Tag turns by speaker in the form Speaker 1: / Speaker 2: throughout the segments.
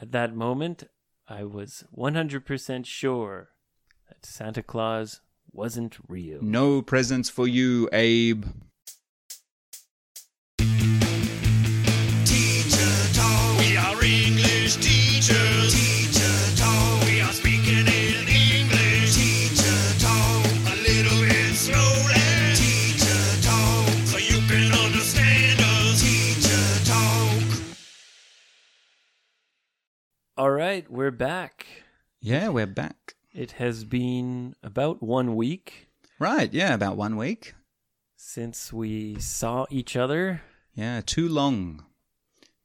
Speaker 1: At that moment, I was 100% sure that Santa Claus wasn't real.
Speaker 2: No presents for you, Abe.
Speaker 3: Teacher talk. We are English teachers. Teacher talk. We are speaking in English. Teacher talk. A little bit slowly. Teacher talk. So you can understand us. Teacher talk.
Speaker 1: All right, we're back.
Speaker 2: Yeah, we're back.
Speaker 1: It has been about one week
Speaker 2: Right, yeah, about one week.
Speaker 1: since we saw each other.
Speaker 2: Yeah, too long.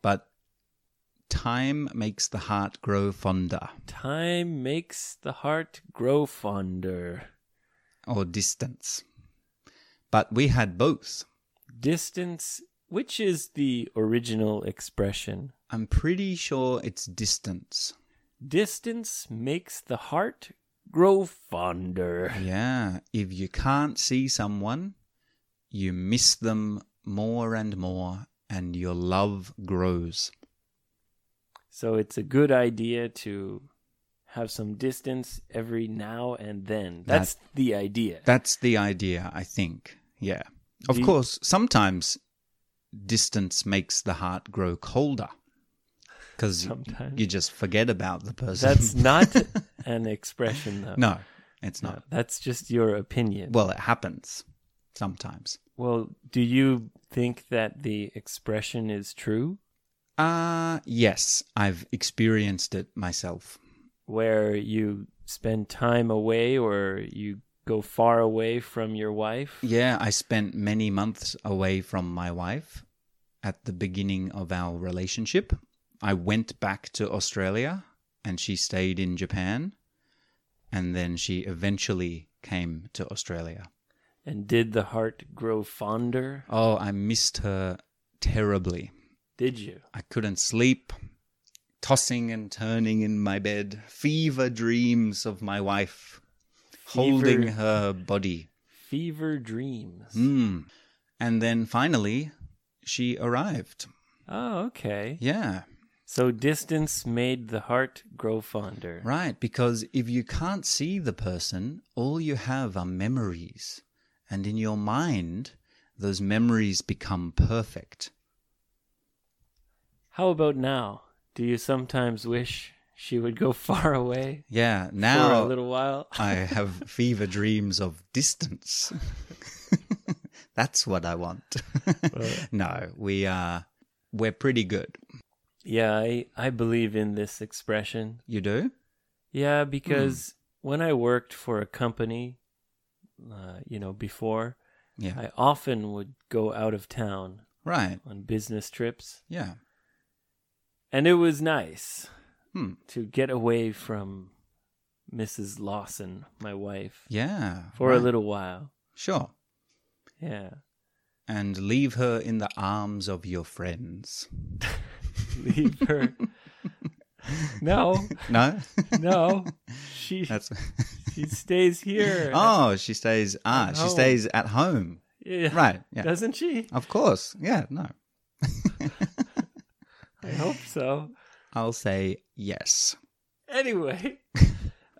Speaker 2: But time makes the heart grow fonder
Speaker 1: Time makes the heart grow fonder.
Speaker 2: or distance. But we had both.
Speaker 1: Distance, which is the original expression,
Speaker 2: I'm pretty sure it's distance.
Speaker 1: distance makes the heart grow fonder.
Speaker 2: Yeah, if you can't see someone, you miss them more and more, and your love grows.
Speaker 1: So it's a good idea to have some distance every now and then. That's the idea.
Speaker 2: That's the idea, I think. Yeah. Of
Speaker 1: Do you-
Speaker 2: course, sometimes distance makes the heart grow colder because
Speaker 1: Sometimes.
Speaker 2: you just forget about the person.
Speaker 1: That's not an expression, though.
Speaker 2: no, it's
Speaker 1: No,
Speaker 2: not.
Speaker 1: that's just your opinion.
Speaker 2: Well, it happens sometimes.
Speaker 1: Well, do you think that the expression is true?
Speaker 2: Ah, yes, I've experienced it myself.
Speaker 1: Where you spend time away or you go far away from your wife?
Speaker 2: Yeah, I spent many months away from my wife at the beginning of our relationship. I went back to Australia and she stayed in Japan. And then she eventually came to Australia.
Speaker 1: And did the heart grow fonder?
Speaker 2: Oh, I missed her terribly.
Speaker 1: Did you?
Speaker 2: I couldn't sleep, tossing and turning in my bed, fever dreams of my wife, holding
Speaker 1: Fever-
Speaker 2: her body.
Speaker 1: Fever dreams.
Speaker 2: Hmm. And then finally, she arrived.
Speaker 1: Oh, okay.
Speaker 2: Yeah,
Speaker 1: So distance made the heart grow fonder.
Speaker 2: right. Because if you can't see the person, all you have are memories. And in your mind, those memories become perfect.
Speaker 1: How about now? Do you sometimes wish she would go far away
Speaker 2: Yeah,
Speaker 1: for a
Speaker 2: now
Speaker 1: little while?
Speaker 2: I have fever dreams of distance. That's what I want. no, we are we're pretty good.
Speaker 1: Yeah, I, I believe in this expression.
Speaker 2: You do?
Speaker 1: Yeah, because
Speaker 2: Hmm.
Speaker 1: when I worked for a company, uh, you know, before,
Speaker 2: Yeah.
Speaker 1: I often would go out of town
Speaker 2: Right.
Speaker 1: on business trips.
Speaker 2: Yeah.
Speaker 1: And it was nice
Speaker 2: Hmm.
Speaker 1: to get away from Mrs. Lawson, my wife,
Speaker 2: Yeah.
Speaker 1: for a
Speaker 2: right.
Speaker 1: little while.
Speaker 2: Sure.
Speaker 1: Yeah.
Speaker 2: And leave her in the arms of your friends.
Speaker 1: Leave her. no,
Speaker 2: No?
Speaker 1: no. She
Speaker 2: That's
Speaker 1: she stays here.
Speaker 2: Oh, she stays ah,
Speaker 1: At
Speaker 2: she
Speaker 1: home.
Speaker 2: stays at home.
Speaker 1: Yeah.
Speaker 2: Right. Yeah.
Speaker 1: Doesn't she?
Speaker 2: Of course. Yeah, no.
Speaker 1: I hope so.
Speaker 2: I'll say yes.
Speaker 1: Anyway,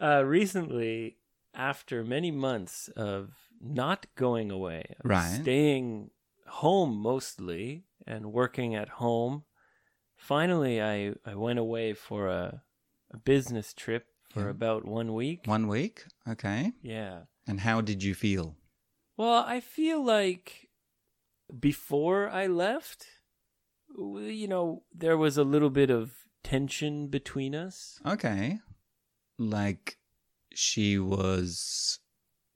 Speaker 1: uh, recently, after many months of not going away, of
Speaker 2: Right.
Speaker 1: staying home mostly and working at home, finally I, I went away for a, a business trip for
Speaker 2: Yeah.
Speaker 1: about one week.
Speaker 2: One week. Okay.
Speaker 1: Yeah.
Speaker 2: And how did you feel?
Speaker 1: Well, I feel like before I left, w- you know, there was a little bit of tension between us.
Speaker 2: Okay. Like she was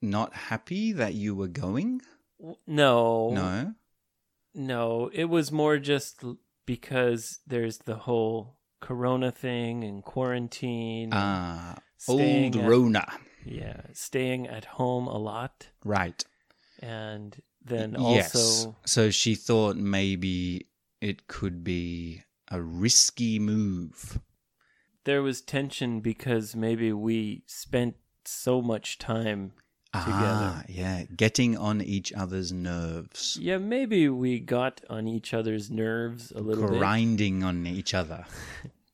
Speaker 2: not happy that you were going?
Speaker 1: W- No.
Speaker 2: No.
Speaker 1: No, it was more just l- because there's the whole corona thing and quarantine. and
Speaker 2: Ah,
Speaker 1: staying
Speaker 2: old
Speaker 1: at-
Speaker 2: Rona.
Speaker 1: Yeah, staying at home a lot
Speaker 2: Right.
Speaker 1: and then
Speaker 2: yes.
Speaker 1: also
Speaker 2: So she thought maybe it could be a risky move.
Speaker 1: there was tension because maybe we spent so much time
Speaker 2: Ah, yeah, getting on each other's nerves,
Speaker 1: Yeah, maybe we got on each other's nerves a little bit.
Speaker 2: grinding on each other.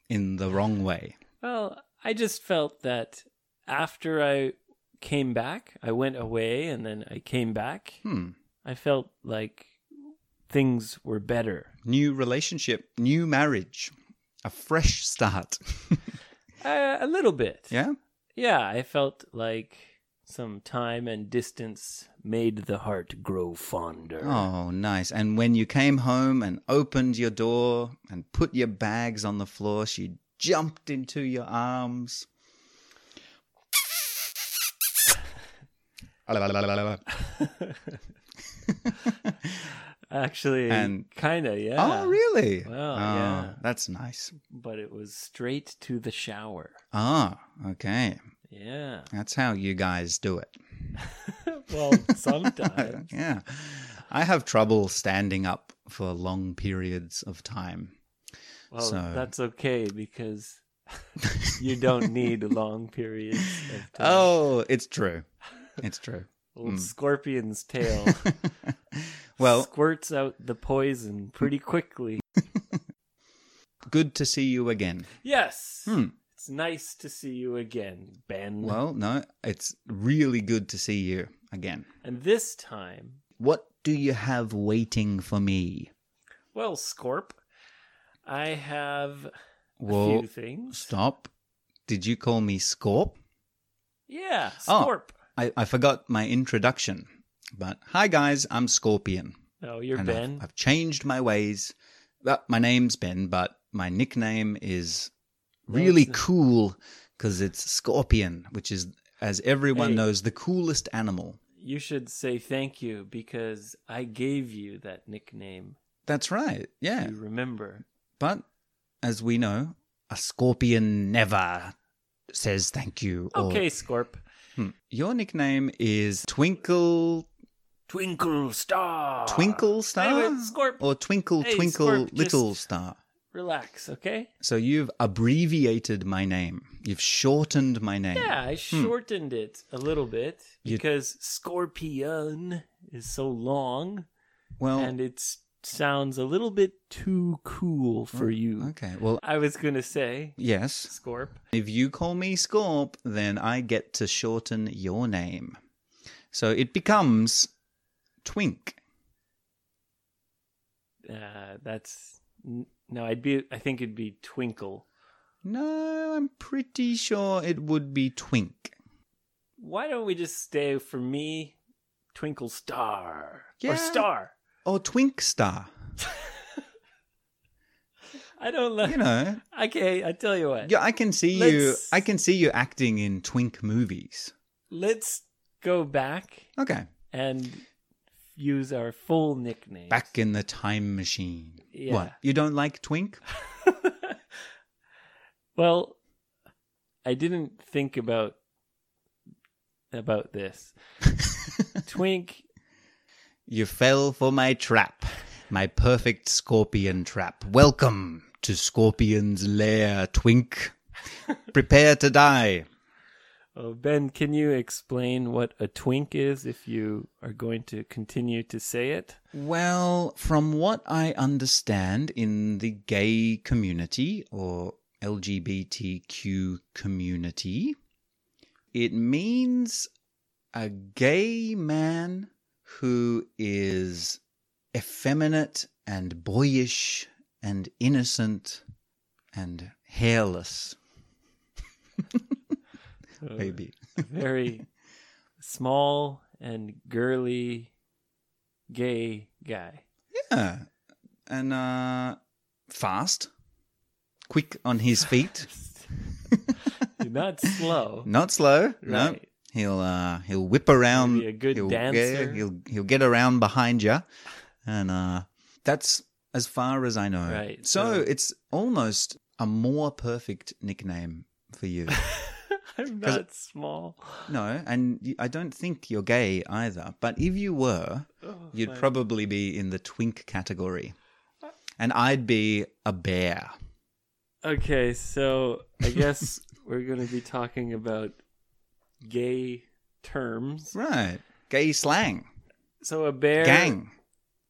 Speaker 2: in the wrong way.
Speaker 1: Well, I just felt that after I came back, I went away and then I came back.
Speaker 2: Hmm.
Speaker 1: I felt like things were better.
Speaker 2: New relationship, new marriage, a fresh start.
Speaker 1: Uh, a little bit.
Speaker 2: yeah?
Speaker 1: Yeah, I felt like some time and distance made the heart grow fonder.
Speaker 2: Oh, nice. And when you came home and opened your door and put your bags on the floor, she jumped into your arms. Oh,
Speaker 1: Actually,
Speaker 2: And-
Speaker 1: kind of, yeah.
Speaker 2: Oh, really?
Speaker 1: Well,
Speaker 2: Oh,
Speaker 1: yeah.
Speaker 2: That's nice.
Speaker 1: But it was straight to the shower.
Speaker 2: Ah, okay.
Speaker 1: Yeah.
Speaker 2: That's how you guys do it.
Speaker 1: Well, sometimes.
Speaker 2: yeah. I have trouble standing up for long periods of time.
Speaker 1: Well,
Speaker 2: So-
Speaker 1: that's okay because you don't need long periods of time.
Speaker 2: Oh, it's true. It's true.
Speaker 1: Old
Speaker 2: mm.
Speaker 1: scorpion's tail
Speaker 2: well,
Speaker 1: squirts out the poison pretty quickly.
Speaker 2: good to see you again.
Speaker 1: Yes.
Speaker 2: Hmm.
Speaker 1: It's nice to see you again, Ben.
Speaker 2: Well, no, it's really good to see you again.
Speaker 1: and this time,
Speaker 2: What do you have waiting for me?
Speaker 1: well, Scorp, I have a
Speaker 2: Well,
Speaker 1: few things.
Speaker 2: stop. Did you call me Scorp?
Speaker 1: Yeah,
Speaker 2: Oh.
Speaker 1: Scorp.
Speaker 2: I, I forgot my introduction. But hi, guys, I'm Scorpion.
Speaker 1: No, you're
Speaker 2: and I've-
Speaker 1: Ben.
Speaker 2: I've, changed my ways. Well, my name's Ben, but my nickname is
Speaker 1: No,
Speaker 2: really
Speaker 1: it's not.
Speaker 2: cool because it's Scorpion, which is, as everyone
Speaker 1: Hey.
Speaker 2: knows, the coolest animal.
Speaker 1: You should say thank you because I gave you that nickname.
Speaker 2: That's right. Yeah.
Speaker 1: You remember?
Speaker 2: But as we know, a scorpion never says thank you. or-
Speaker 1: Okay, Scorp.
Speaker 2: Hmm. Your nickname is Twinkle
Speaker 1: Twinkle star.
Speaker 2: Twinkle Star?
Speaker 1: Ah. Anyway, Scorp,
Speaker 2: or Twinkle
Speaker 1: Hey,
Speaker 2: Twinkle
Speaker 1: Scorp, just-
Speaker 2: Little Star.
Speaker 1: relax, okay?
Speaker 2: So you've abbreviated my name. You've shortened my name.
Speaker 1: Yeah, I shortened it a little bit
Speaker 2: Hmm. You-
Speaker 1: because scorpion is so long
Speaker 2: Well,
Speaker 1: and it sounds a little bit too cool for you.
Speaker 2: Oh, okay. Well,
Speaker 1: I was going to say
Speaker 2: yes.
Speaker 1: scorp.
Speaker 2: If you call me Scorp, then I get to shorten your name. So it becomes Twink.
Speaker 1: Uh, that's n- no, I'd be I think it'd be twinkle.
Speaker 2: No, I'm pretty sure it would be Twink.
Speaker 1: Why don't we just stay for me twinkle star
Speaker 2: Yeah.
Speaker 1: or star?
Speaker 2: Or Twink Star.
Speaker 1: I don't like
Speaker 2: You know.
Speaker 1: Okay, I tell you what.
Speaker 2: Yeah, I can see you
Speaker 1: Let's-
Speaker 2: I can see you acting in Twink movies.
Speaker 1: Let's go back
Speaker 2: Okay.
Speaker 1: and use our full nickname.
Speaker 2: Back in the time machine.
Speaker 1: Yeah.
Speaker 2: What? You don't like Twink?
Speaker 1: Well, I didn't think about about this. Twink,
Speaker 2: You fell for my trap. My perfect scorpion trap. Welcome to Scorpion's lair, Twink. Prepare to die.
Speaker 1: oh Ben, can you explain what a twink is if you are going to continue to say it?
Speaker 2: Well, from what I understand in the gay community or LGBTQ community, it means a gay man who is effeminate and boyish and innocent and hairless,
Speaker 1: Uh,
Speaker 2: maybe.
Speaker 1: a very small and girly gay guy.
Speaker 2: Yeah. And uh, fast, quick on his feet,
Speaker 1: You're not slow.
Speaker 2: not slow. No,
Speaker 1: Right.
Speaker 2: He'll uh, he'll whip around.
Speaker 1: Be a good
Speaker 2: he'll
Speaker 1: dancer.
Speaker 2: Get, he'll he'll get around behind you, and uh, that's as far as I know.
Speaker 1: Right,
Speaker 2: So,
Speaker 1: so-
Speaker 2: it's almost a more perfect nickname for you.
Speaker 1: I'm not small.
Speaker 2: no, and you, I don't think you're gay either. But if you were,
Speaker 1: Oh,
Speaker 2: you'd
Speaker 1: my-
Speaker 2: probably be in the twink category, and I'd be a bear.
Speaker 1: Okay, so I guess we're going to be talking about gay terms.
Speaker 2: Right, gay slang,
Speaker 1: So a bear
Speaker 2: gang.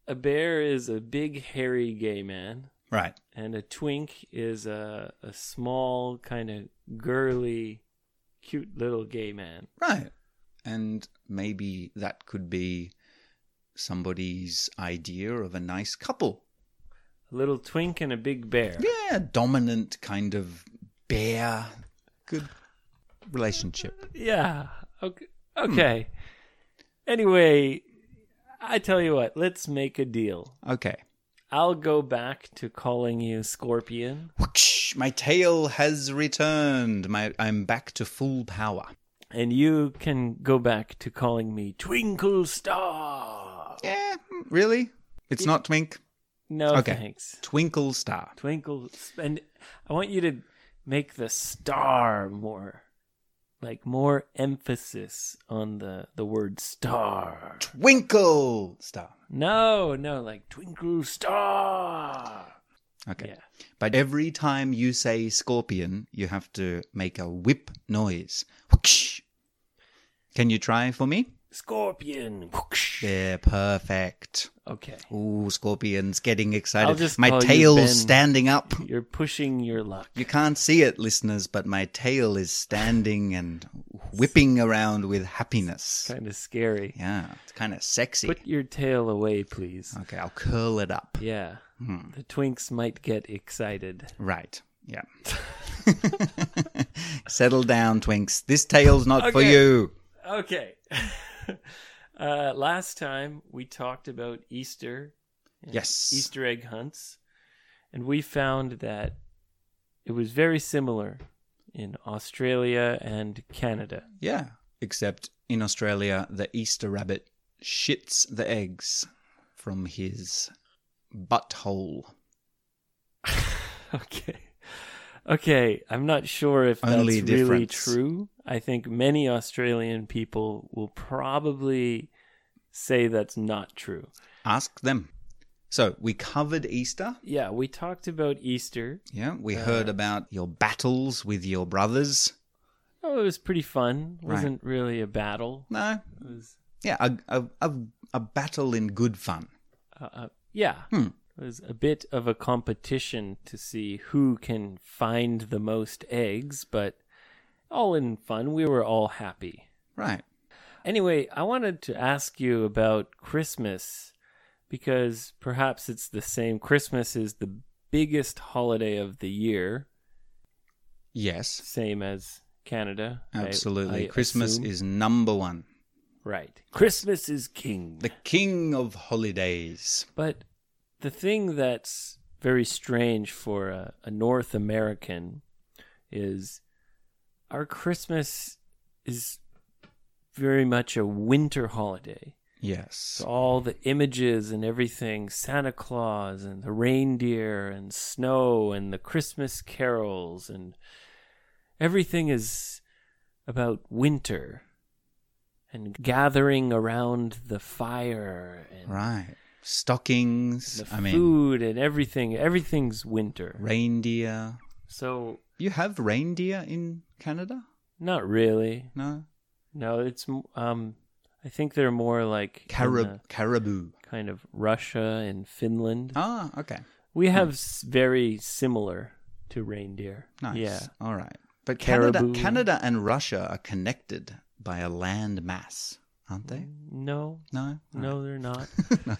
Speaker 1: a bear is a big hairy gay man.
Speaker 2: Right.
Speaker 1: and a twink is a a small kind of girly, cute little gay man.
Speaker 2: Right. And maybe that could be somebody's idea of a nice couple.
Speaker 1: A little twink and a big bear.
Speaker 2: Yeah, dominant kind of bear. Good relationship.
Speaker 1: Yeah. Okay.
Speaker 2: Hmm.
Speaker 1: okay. Anyway, I tell you what, let's make a deal.
Speaker 2: Okay.
Speaker 1: I'll go back to calling you Scorpion,
Speaker 2: Whoosh, my tail has returned. My I'm back to full power.
Speaker 1: and you can go back to calling me Twinkle Star.
Speaker 2: Yeah, really? It's not Twink.
Speaker 1: No,
Speaker 2: Okay.
Speaker 1: thanks.
Speaker 2: Twinkle Star.
Speaker 1: Twinkle, and I want you to make the star more, like more emphasis on the the word star.
Speaker 2: Twinkle Star.
Speaker 1: No, no, like Twinkle Star.
Speaker 2: Okay.
Speaker 1: Yeah.
Speaker 2: But every time you say scorpion, you have to make a whip noise. Whoosh. Can you try for me?
Speaker 1: Scorpion. Whoosh.
Speaker 2: Yeah, perfect.
Speaker 1: Okay.
Speaker 2: Ooh, scorpion's getting excited.
Speaker 1: I'll just
Speaker 2: my
Speaker 1: call you
Speaker 2: tail's
Speaker 1: Ben.
Speaker 2: standing up.
Speaker 1: You're pushing your luck.
Speaker 2: You can't see it, listeners, but my tail is standing and whipping around with happiness.
Speaker 1: Kind of scary.
Speaker 2: Yeah, it's kind of sexy.
Speaker 1: Put your tail away, please.
Speaker 2: Okay, I'll curl it up. Hmm.
Speaker 1: Yeah. The twinks might get excited.
Speaker 2: Right. Yeah. Settle down, Twinks. This tail's not for
Speaker 1: Okay.
Speaker 2: you.
Speaker 1: Okay. uh, last time we talked about Easter
Speaker 2: Yes.
Speaker 1: Easter egg hunts, and we found that it was very similar in Australia and Canada.
Speaker 2: Yeah. Except in Australia, the Easter rabbit shits the eggs from his butthole.
Speaker 1: okay. Okay, I'm not sure if that's
Speaker 2: Only
Speaker 1: really
Speaker 2: difference.
Speaker 1: true. I think many Australian people will probably say that's not true.
Speaker 2: Ask them. So we covered Easter.
Speaker 1: Yeah, we talked about Easter.
Speaker 2: Yeah. We heard about your battles with your brothers.
Speaker 1: Oh, it was pretty fun.
Speaker 2: Right.
Speaker 1: wasn't really a battle.
Speaker 2: No.
Speaker 1: It was,
Speaker 2: Yeah. A, a, a, a battle in good fun.
Speaker 1: uh, uh, yeah,
Speaker 2: Hmm.
Speaker 1: it was a bit of a competition to see who can find the most eggs, but all in fun. We were all happy.
Speaker 2: Right.
Speaker 1: Anyway, I wanted to ask you about Christmas because perhaps it's the same. Christmas is the biggest holiday of the year,
Speaker 2: Yes.
Speaker 1: same as Canada. I-
Speaker 2: Absolutely.
Speaker 1: I
Speaker 2: Christmas
Speaker 1: assume.
Speaker 2: is number one.
Speaker 1: right. Christmas is king.
Speaker 2: The king of holidays.
Speaker 1: But the thing that's very strange for a, a North American is our Christmas is very much a winter holiday.
Speaker 2: Yes.
Speaker 1: all the images and everything Santa Claus and the reindeer and snow and the Christmas carols and everything is about winter and gathering around the fire and
Speaker 2: Right. Stockings.
Speaker 1: the
Speaker 2: I mean,
Speaker 1: food and everything. Everything's winter.
Speaker 2: reindeer.
Speaker 1: So,
Speaker 2: You have reindeer in Canada?
Speaker 1: not really.
Speaker 2: No.
Speaker 1: No, it's, m- um, I think they're more like in
Speaker 2: Carib-
Speaker 1: the
Speaker 2: caribou.
Speaker 1: kind of Russia and Finland.
Speaker 2: Ah, okay.
Speaker 1: We have s very similar to reindeer.
Speaker 2: Nice.
Speaker 1: Yeah.
Speaker 2: All right. But
Speaker 1: Caribou.
Speaker 2: Canada, Canada and Russia are connected by a land mass, aren't they?
Speaker 1: No,
Speaker 2: No.
Speaker 1: no, they're not.
Speaker 2: no.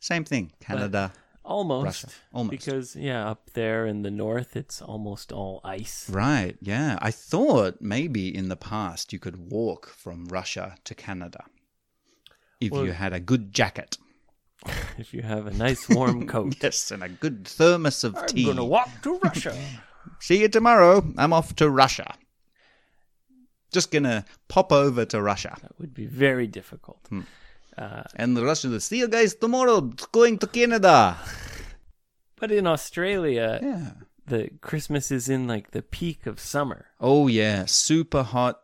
Speaker 2: Same thing. Canada.
Speaker 1: Almost.
Speaker 2: Russia. Almost.
Speaker 1: Because, yeah, up there in the north, it's almost all ice.
Speaker 2: Right. Yeah. I thought maybe in the past you could walk from Russia to Canada if
Speaker 1: Well-
Speaker 2: you had a good jacket.
Speaker 1: If you have a nice warm coat,
Speaker 2: Yes, and a good thermos of
Speaker 1: I'm
Speaker 2: tea.
Speaker 1: going to walk to Russia.
Speaker 2: See you tomorrow. I'm off to Russia. Just gonna pop over to Russia.
Speaker 1: that would be very difficult.
Speaker 2: Hmm. And the Russians, see you guys tomorrow. Going to Canada.
Speaker 1: But in Australia,
Speaker 2: Yeah.
Speaker 1: the Christmas is in like the peak of summer.
Speaker 2: Oh, yeah. Super hot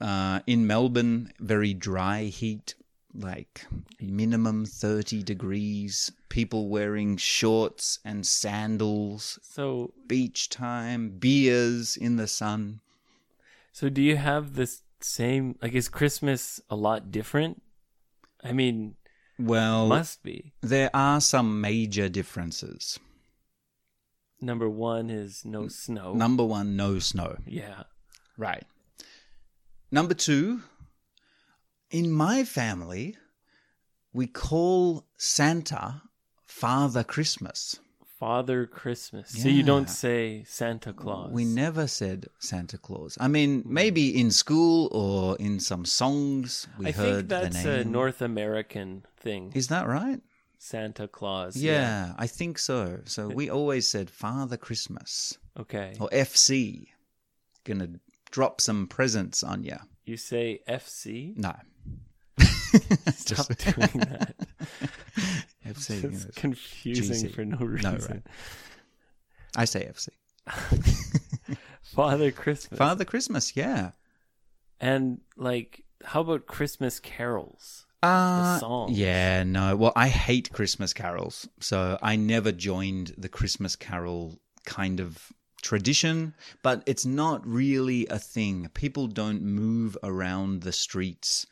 Speaker 2: uh, in Melbourne. Very dry heat, like minimum 30 degrees. People wearing shorts and sandals.
Speaker 1: So,
Speaker 2: Beach time. Beers in the sun.
Speaker 1: so do you have this same like is Christmas a lot different? I mean,
Speaker 2: Well,
Speaker 1: must be.
Speaker 2: there are some major differences.
Speaker 1: Number one is no snow.
Speaker 2: Number one, no snow.
Speaker 1: yeah.
Speaker 2: Right. Number two, in my family, we call Santa Father Christmas.
Speaker 1: Father Christmas. So you don't
Speaker 2: Yeah.
Speaker 1: say Santa Claus.
Speaker 2: We never said Santa Claus. I mean, maybe in school or in some songs we
Speaker 1: I think
Speaker 2: heard
Speaker 1: that's
Speaker 2: the
Speaker 1: a
Speaker 2: name.
Speaker 1: North American thing.
Speaker 2: Is that right?
Speaker 1: Santa Claus.
Speaker 2: Yeah, I think so. So we always said Father Christmas
Speaker 1: Okay.
Speaker 2: or FC. Gonna drop some presents on ya.
Speaker 1: You say FC?
Speaker 2: No.
Speaker 1: Stop doing that.
Speaker 2: FC. you know,
Speaker 1: It's confusing
Speaker 2: GC.
Speaker 1: for no reason.
Speaker 2: No, right. I say FC.
Speaker 1: Father Christmas.
Speaker 2: Father Christmas, yeah.
Speaker 1: and like how about Christmas carols?
Speaker 2: Uh,
Speaker 1: songs.
Speaker 2: Yeah, no. Well, I hate Christmas carols, so I never joined the Christmas carol kind of tradition. But it's not really a thing. People don't move around the streets,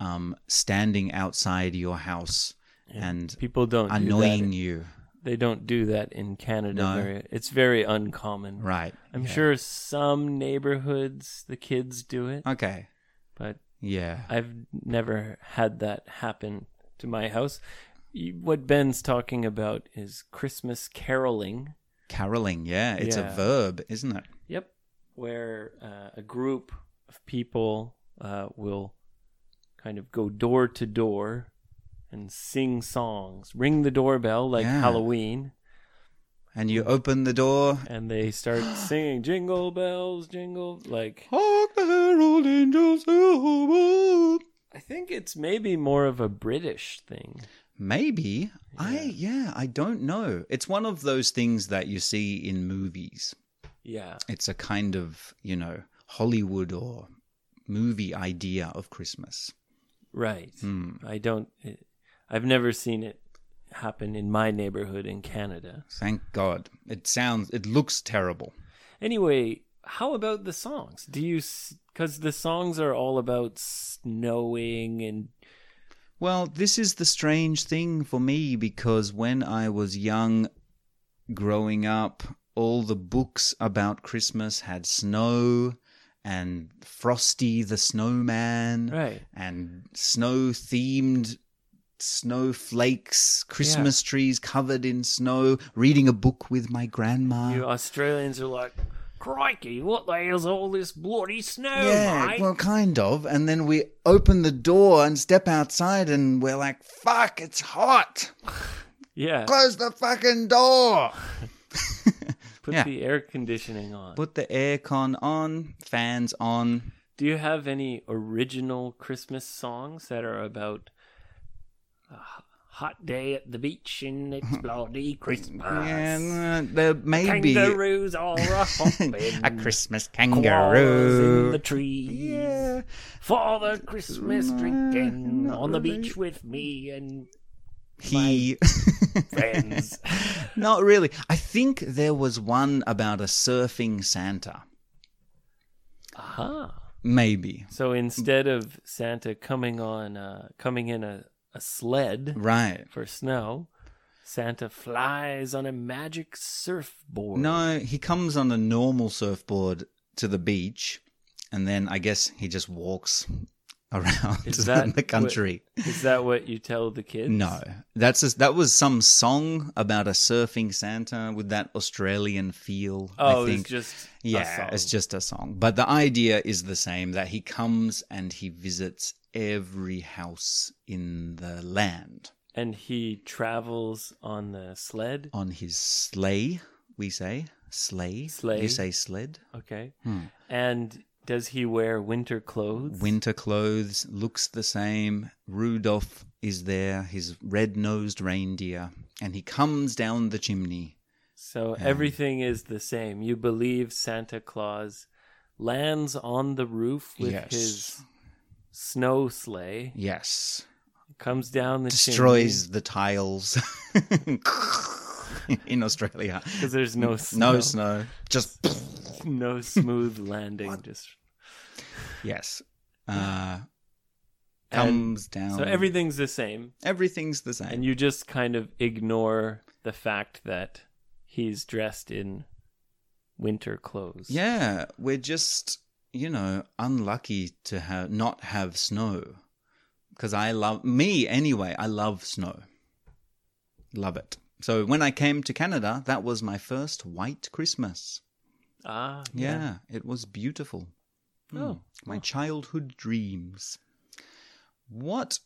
Speaker 2: um, standing outside your house and
Speaker 1: People don't do
Speaker 2: annoying
Speaker 1: that.
Speaker 2: you.
Speaker 1: They don't do that in Canada.
Speaker 2: No.
Speaker 1: Very, it's very uncommon.
Speaker 2: Right.
Speaker 1: I'm sure some neighborhoods the kids do it,
Speaker 2: Okay.
Speaker 1: but
Speaker 2: Yeah.
Speaker 1: I've never had that happen to my house. You- What Ben's talking about is Christmas caroling.
Speaker 2: Caroling. Yeah, it's
Speaker 1: Yeah.
Speaker 2: a verb, isn't it?
Speaker 1: Yep. Where uh, a group of people uh, will kind of go door to door and sing songs, ring the doorbell like
Speaker 2: Yeah.
Speaker 1: Halloween,
Speaker 2: And you open the door.
Speaker 1: and they start singing jingle bells, jingle. Like,
Speaker 2: Hark the herald angels herald.
Speaker 1: I think it's maybe more of a British thing.
Speaker 2: Maybe. I yeah, I don't know. It's one of those things that you see in movies.
Speaker 1: Yeah.
Speaker 2: It's a kind of, you know, Hollywood or movie idea of Christmas.
Speaker 1: Right.
Speaker 2: Hmm.
Speaker 1: I don't. It, I've never seen it happen in my neighborhood in Canada.
Speaker 2: Thank God. It sounds it looks terrible.
Speaker 1: Anyway, how about the songs? Do you? Because the songs are all about snowing and
Speaker 2: Well, this is the strange thing for me because when I was young growing up, all the books about Christmas had snow and Frosty the snowman.
Speaker 1: right.
Speaker 2: and snow themed snowflakes, Christmas trees covered in snow, reading a book with my grandma.
Speaker 1: You Australians are like, crikey, what the hell's all this bloody snow,
Speaker 2: yeah,
Speaker 1: mate?
Speaker 2: well, kind of. And then we open the door and step outside, and we're like, fuck, it's hot.
Speaker 1: yeah,
Speaker 2: Close the fucking door.
Speaker 1: put
Speaker 2: yeah.
Speaker 1: the air conditioning on.
Speaker 2: Put the aircon on, fans on.
Speaker 1: Do you have any original Christmas songs that are about a hot day at the beach and it's bloody Christmas?
Speaker 2: And uh, there may be
Speaker 1: Kangaroos are a hopping.
Speaker 2: a Christmas
Speaker 1: koalas in
Speaker 2: kangaroo.
Speaker 1: the trees. For the Christmas drinking on the beach with me and
Speaker 2: He.
Speaker 1: friends.
Speaker 2: Not really. I think there was one about a surfing Santa.
Speaker 1: Aha.
Speaker 2: Maybe.
Speaker 1: So instead of Santa coming on, uh, coming in a, a sled
Speaker 2: Right.
Speaker 1: for snow, Santa flies on a magic surfboard.
Speaker 2: No, he comes on a normal surfboard to the beach, and then I guess he just walks around
Speaker 1: Is that
Speaker 2: the country.
Speaker 1: Is that what you tell the kids?
Speaker 2: No, that's a, that was some song about a surfing Santa with that Australian feel.
Speaker 1: Oh,
Speaker 2: I think.
Speaker 1: it's just a
Speaker 2: Yeah, it's
Speaker 1: song.
Speaker 2: just a song. But the idea is the same that he comes and he visits every house in the land
Speaker 1: and he travels on the sled.
Speaker 2: on his sleigh, we say. Sleigh.
Speaker 1: Sleigh.
Speaker 2: You say sled.
Speaker 1: Okay. And does he wear winter clothes?
Speaker 2: Hmm. Winter clothes, looks the same. Rudolph is there, his red nosed reindeer, and he comes down the chimney.
Speaker 1: so everything is the same. You believe Santa Claus lands on the roof with
Speaker 2: Yes.
Speaker 1: his snow sleigh,
Speaker 2: Yes.
Speaker 1: comes down the
Speaker 2: Destroys the tiles in Australia.
Speaker 1: because there's no snow,
Speaker 2: No snow. Just.
Speaker 1: no smooth landing. Just
Speaker 2: Yes. Uh,
Speaker 1: And
Speaker 2: comes down.
Speaker 1: so everything's the same,
Speaker 2: everything's the same.
Speaker 1: and you just kind of ignore the fact that he's dressed in winter clothes.
Speaker 2: Yeah, we're just, you know, unlucky to have not have snow. Cuz I love me anyway, I love snow. Love it. So when I came to Canada, that was my first white Christmas.
Speaker 1: Ah,
Speaker 2: Yeah, it was beautiful. Hmm.
Speaker 1: Oh,
Speaker 2: my childhood dreams. What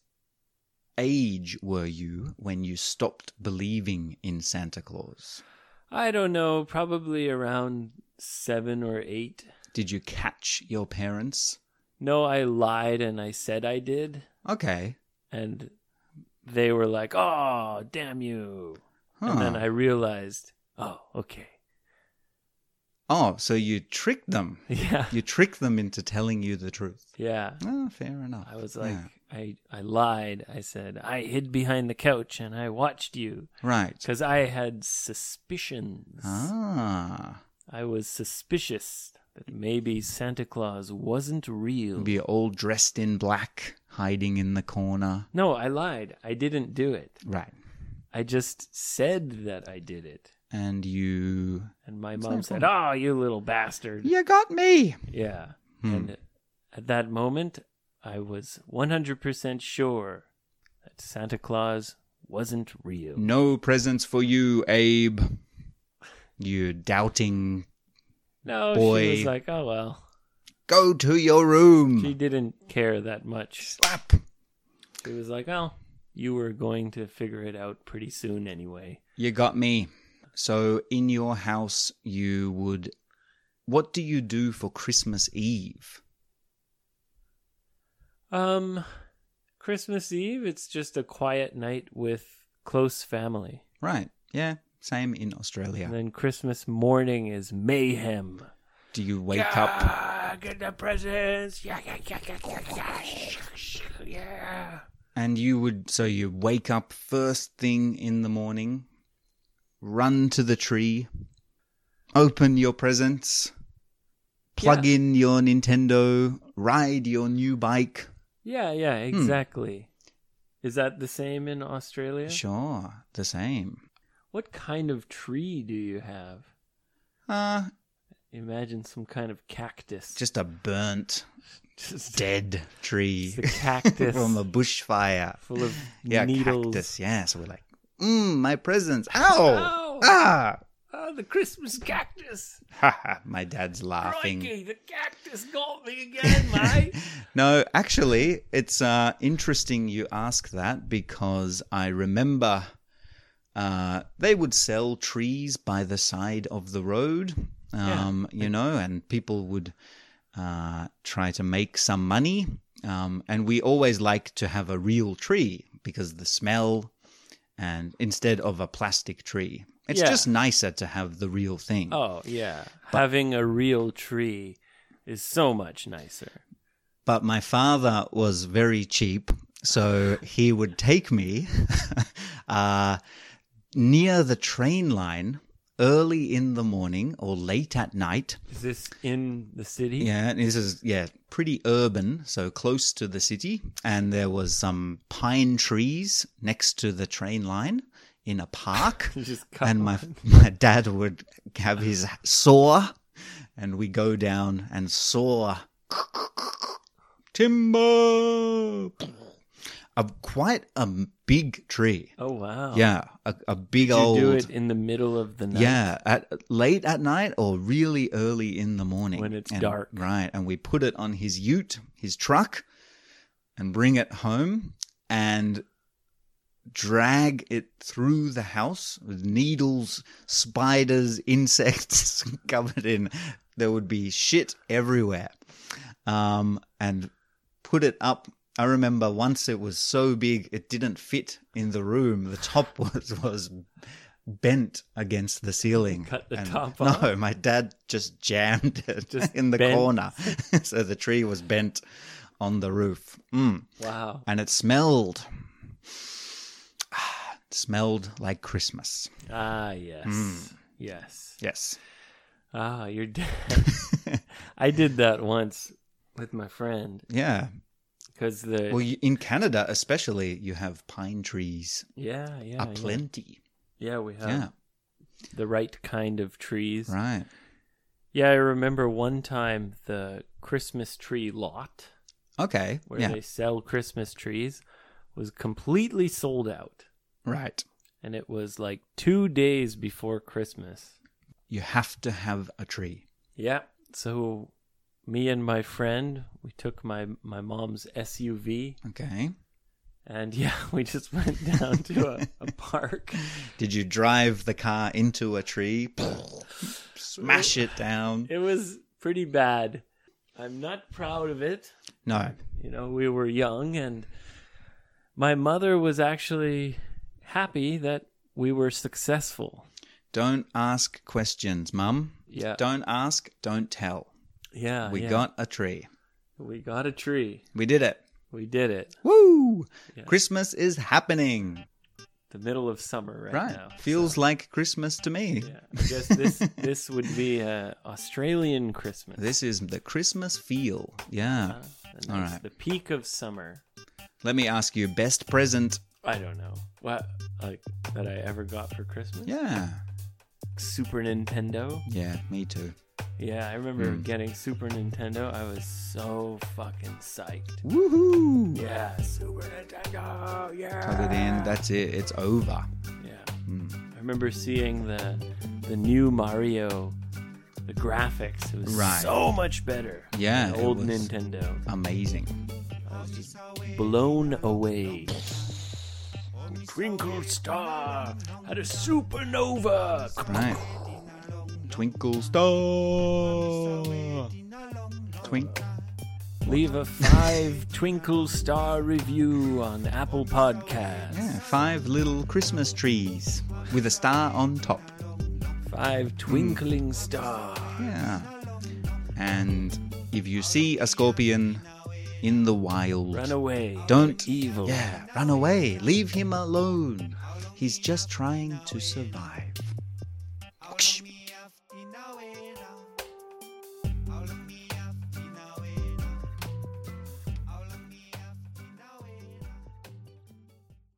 Speaker 2: age were you when you stopped believing in Santa Claus?
Speaker 1: I don't know, probably around seven or eight.
Speaker 2: Did you catch your parents?
Speaker 1: No, I lied and I said I did,
Speaker 2: Okay.
Speaker 1: and they were like, "Oh, damn you!"
Speaker 2: Huh.
Speaker 1: And then I realized, oh, okay,
Speaker 2: Oh, so you tricked them.
Speaker 1: yeah,
Speaker 2: You tricked them into telling you the truth.
Speaker 1: yeah.
Speaker 2: Ah, fair enough.
Speaker 1: I was like,
Speaker 2: Yeah.
Speaker 1: I, I lied. I said I hid behind the couch and I watched you
Speaker 2: right.
Speaker 1: because I had suspicions.
Speaker 2: Ah,
Speaker 1: I was suspicious that maybe Santa Claus wasn't real.
Speaker 2: be all dressed in black, hiding in the corner.
Speaker 1: no, I lied. I didn't do it.
Speaker 2: Right.
Speaker 1: I just said that I did it.
Speaker 2: And you,
Speaker 1: And my
Speaker 2: It's
Speaker 1: mom
Speaker 2: not
Speaker 1: said,
Speaker 2: funny.
Speaker 1: "Oh, you little bastard."
Speaker 2: you got me.
Speaker 1: Yeah.
Speaker 2: Hmm.
Speaker 1: And at that moment, I was 100% sure that Santa Claus wasn't real.
Speaker 2: No presents for you, Abe. You doubting.
Speaker 1: No,
Speaker 2: Boy. Hmm.
Speaker 1: she was like, oh, well.
Speaker 2: Go to your room.
Speaker 1: She didn't care that much.
Speaker 2: Slap.
Speaker 1: She was like, oh, you were going to figure it out pretty soon anyway.
Speaker 2: You got me. So in your house, you would. What do you do for Christmas Eve?
Speaker 1: Um, Christmas Eve, it's just a quiet night with close family.
Speaker 2: Right. Yeah. Same in Australia.
Speaker 1: And then Christmas morning is mayhem.
Speaker 2: Do you wake up?
Speaker 1: Ah, get the presents. Yeah, yeah, yeah, yeah, yeah, yeah. Yeah.
Speaker 2: And you would. So you wake up first thing in the morning, run to the tree, open your presents, plug in your Nintendo, ride your new bike.
Speaker 1: Yeah, yeah,
Speaker 2: Hmm.
Speaker 1: exactly. Is that the same in Australia?
Speaker 2: Sure. The same.
Speaker 1: What kind of tree do you have?
Speaker 2: Uh,
Speaker 1: Imagine some kind of cactus.
Speaker 2: just a burnt,
Speaker 1: Just
Speaker 2: dead tree
Speaker 1: it's a cactus
Speaker 2: from a bushfire.
Speaker 1: full of
Speaker 2: Yeah,
Speaker 1: needles.
Speaker 2: cactus. Yeah. So we're like, mmm, my presents.
Speaker 1: Oh,
Speaker 2: Ow! Ah!
Speaker 1: oh, the Christmas cactus.
Speaker 2: Haha, my dad's laughing.
Speaker 1: Crikey, the cactus got me again, mate.
Speaker 2: No, actually, it's uh, interesting you ask that because I remember uh, they would sell trees by the side of the road, um, you know, and people would uh, try to make some money. Um, and we always like to have a real tree because the smell and instead of a plastic tree. It's
Speaker 1: Yeah.
Speaker 2: just nicer to have the real thing.
Speaker 1: oh, yeah. Having a real tree is so much nicer.
Speaker 2: but my father was very cheap, so he would take me uh, near the train line early in the morning or late at night.
Speaker 1: Is this in the city?
Speaker 2: Yeah, and this is yeah pretty urban, so close to the city, and there was some pine trees next to the train line in a park.
Speaker 1: Just cut
Speaker 2: and my
Speaker 1: off.
Speaker 2: my dad would have his saw, and we go down and saw timber, a quite a big tree.
Speaker 1: Oh, wow.
Speaker 2: Yeah, a, a big
Speaker 1: Did
Speaker 2: old.
Speaker 1: you do it in the middle of the night?
Speaker 2: Yeah, at late at night or really early in the morning
Speaker 1: When it's
Speaker 2: And-
Speaker 1: dark.
Speaker 2: Right, and we put it on his ute, his truck, and bring it home and drag it through the house with needles, spiders, insects covered in. There would be shit everywhere, um, and put it up. I remember once it was so big it didn't fit in the room. The top was was bent against the ceiling.
Speaker 1: cut the
Speaker 2: And-
Speaker 1: top
Speaker 2: No,
Speaker 1: off?
Speaker 2: my dad just jammed it
Speaker 1: Just
Speaker 2: in the
Speaker 1: bent.
Speaker 2: corner, so the tree was bent on the roof. Mm.
Speaker 1: Wow.
Speaker 2: And it smelled, Ah, it smelled like Christmas.
Speaker 1: Ah, yes.
Speaker 2: Mm.
Speaker 1: Yes.
Speaker 2: Yes.
Speaker 1: Ah, you're dead. I did that once with my friend
Speaker 2: Yeah.
Speaker 1: because the.
Speaker 2: Well, you, in Canada, especially, you have pine trees
Speaker 1: yeah, yeah.
Speaker 2: a
Speaker 1: yeah.
Speaker 2: aplenty.
Speaker 1: Yeah, we have.
Speaker 2: Yeah.
Speaker 1: the right kind of trees.
Speaker 2: Right.
Speaker 1: Yeah, I remember one time the Christmas tree lot
Speaker 2: Okay.
Speaker 1: where
Speaker 2: yeah.
Speaker 1: they sell Christmas trees was completely sold out.
Speaker 2: Right.
Speaker 1: And it was like two days before Christmas.
Speaker 2: You have to have a tree.
Speaker 1: Yeah. So me and my friend, we took my, my mom's SUV
Speaker 2: Okay.
Speaker 1: and yeah, we just went down to a, a park.
Speaker 2: Did you drive the car into a tree? Smash it down.
Speaker 1: It was pretty bad. I'm not proud of it.
Speaker 2: No.
Speaker 1: you know we were young and my mother was actually happy that we were successful
Speaker 2: Don't ask questions, mum.
Speaker 1: yeah
Speaker 2: Don't ask, don't tell.
Speaker 1: yeah
Speaker 2: We
Speaker 1: yeah.
Speaker 2: got a tree.
Speaker 1: we got a tree
Speaker 2: We did it.
Speaker 1: we did it
Speaker 2: Woo!
Speaker 1: Yeah.
Speaker 2: Christmas is happening.
Speaker 1: the middle of summer right,
Speaker 2: Right.
Speaker 1: now
Speaker 2: Feels like Christmas to me.
Speaker 1: yeah i guess this this would be a australian christmas
Speaker 2: This is the Christmas feel. Yeah.
Speaker 1: Uh, and
Speaker 2: all
Speaker 1: that's
Speaker 2: right.
Speaker 1: the peak of summer
Speaker 2: Let me ask you best present.
Speaker 1: i don't know what like that i ever got for christmas
Speaker 2: Yeah.
Speaker 1: super nintendo
Speaker 2: Yeah, me too.
Speaker 1: yeah i remember
Speaker 2: Mm.
Speaker 1: getting super nintendo i was so fucking psyched
Speaker 2: Woohoo!
Speaker 1: Yeah, Super Nintendo. Yeah.
Speaker 2: Plug it in. That's it. It's over.
Speaker 1: Yeah.
Speaker 2: Mm.
Speaker 1: I remember seeing the the new Mario, the graphics. It was
Speaker 2: Right.
Speaker 1: so much better.
Speaker 2: Yeah,
Speaker 1: than
Speaker 2: it
Speaker 1: old
Speaker 2: was.
Speaker 1: Nintendo.
Speaker 2: Amazing.
Speaker 1: I was just blown away. Twinkle Star had a supernova.
Speaker 2: Right. Twinkle star. Twink.
Speaker 1: Leave a five Twinkle Star review on Apple Podcasts.
Speaker 2: Yeah, five little Christmas trees with a star on top.
Speaker 1: Five twinkling stars.
Speaker 2: Yeah. And if you see a scorpion in the wild,
Speaker 1: Run away.
Speaker 2: Don't-
Speaker 1: You're evil.
Speaker 2: yeah, run away. Leave him alone. He's just trying to survive.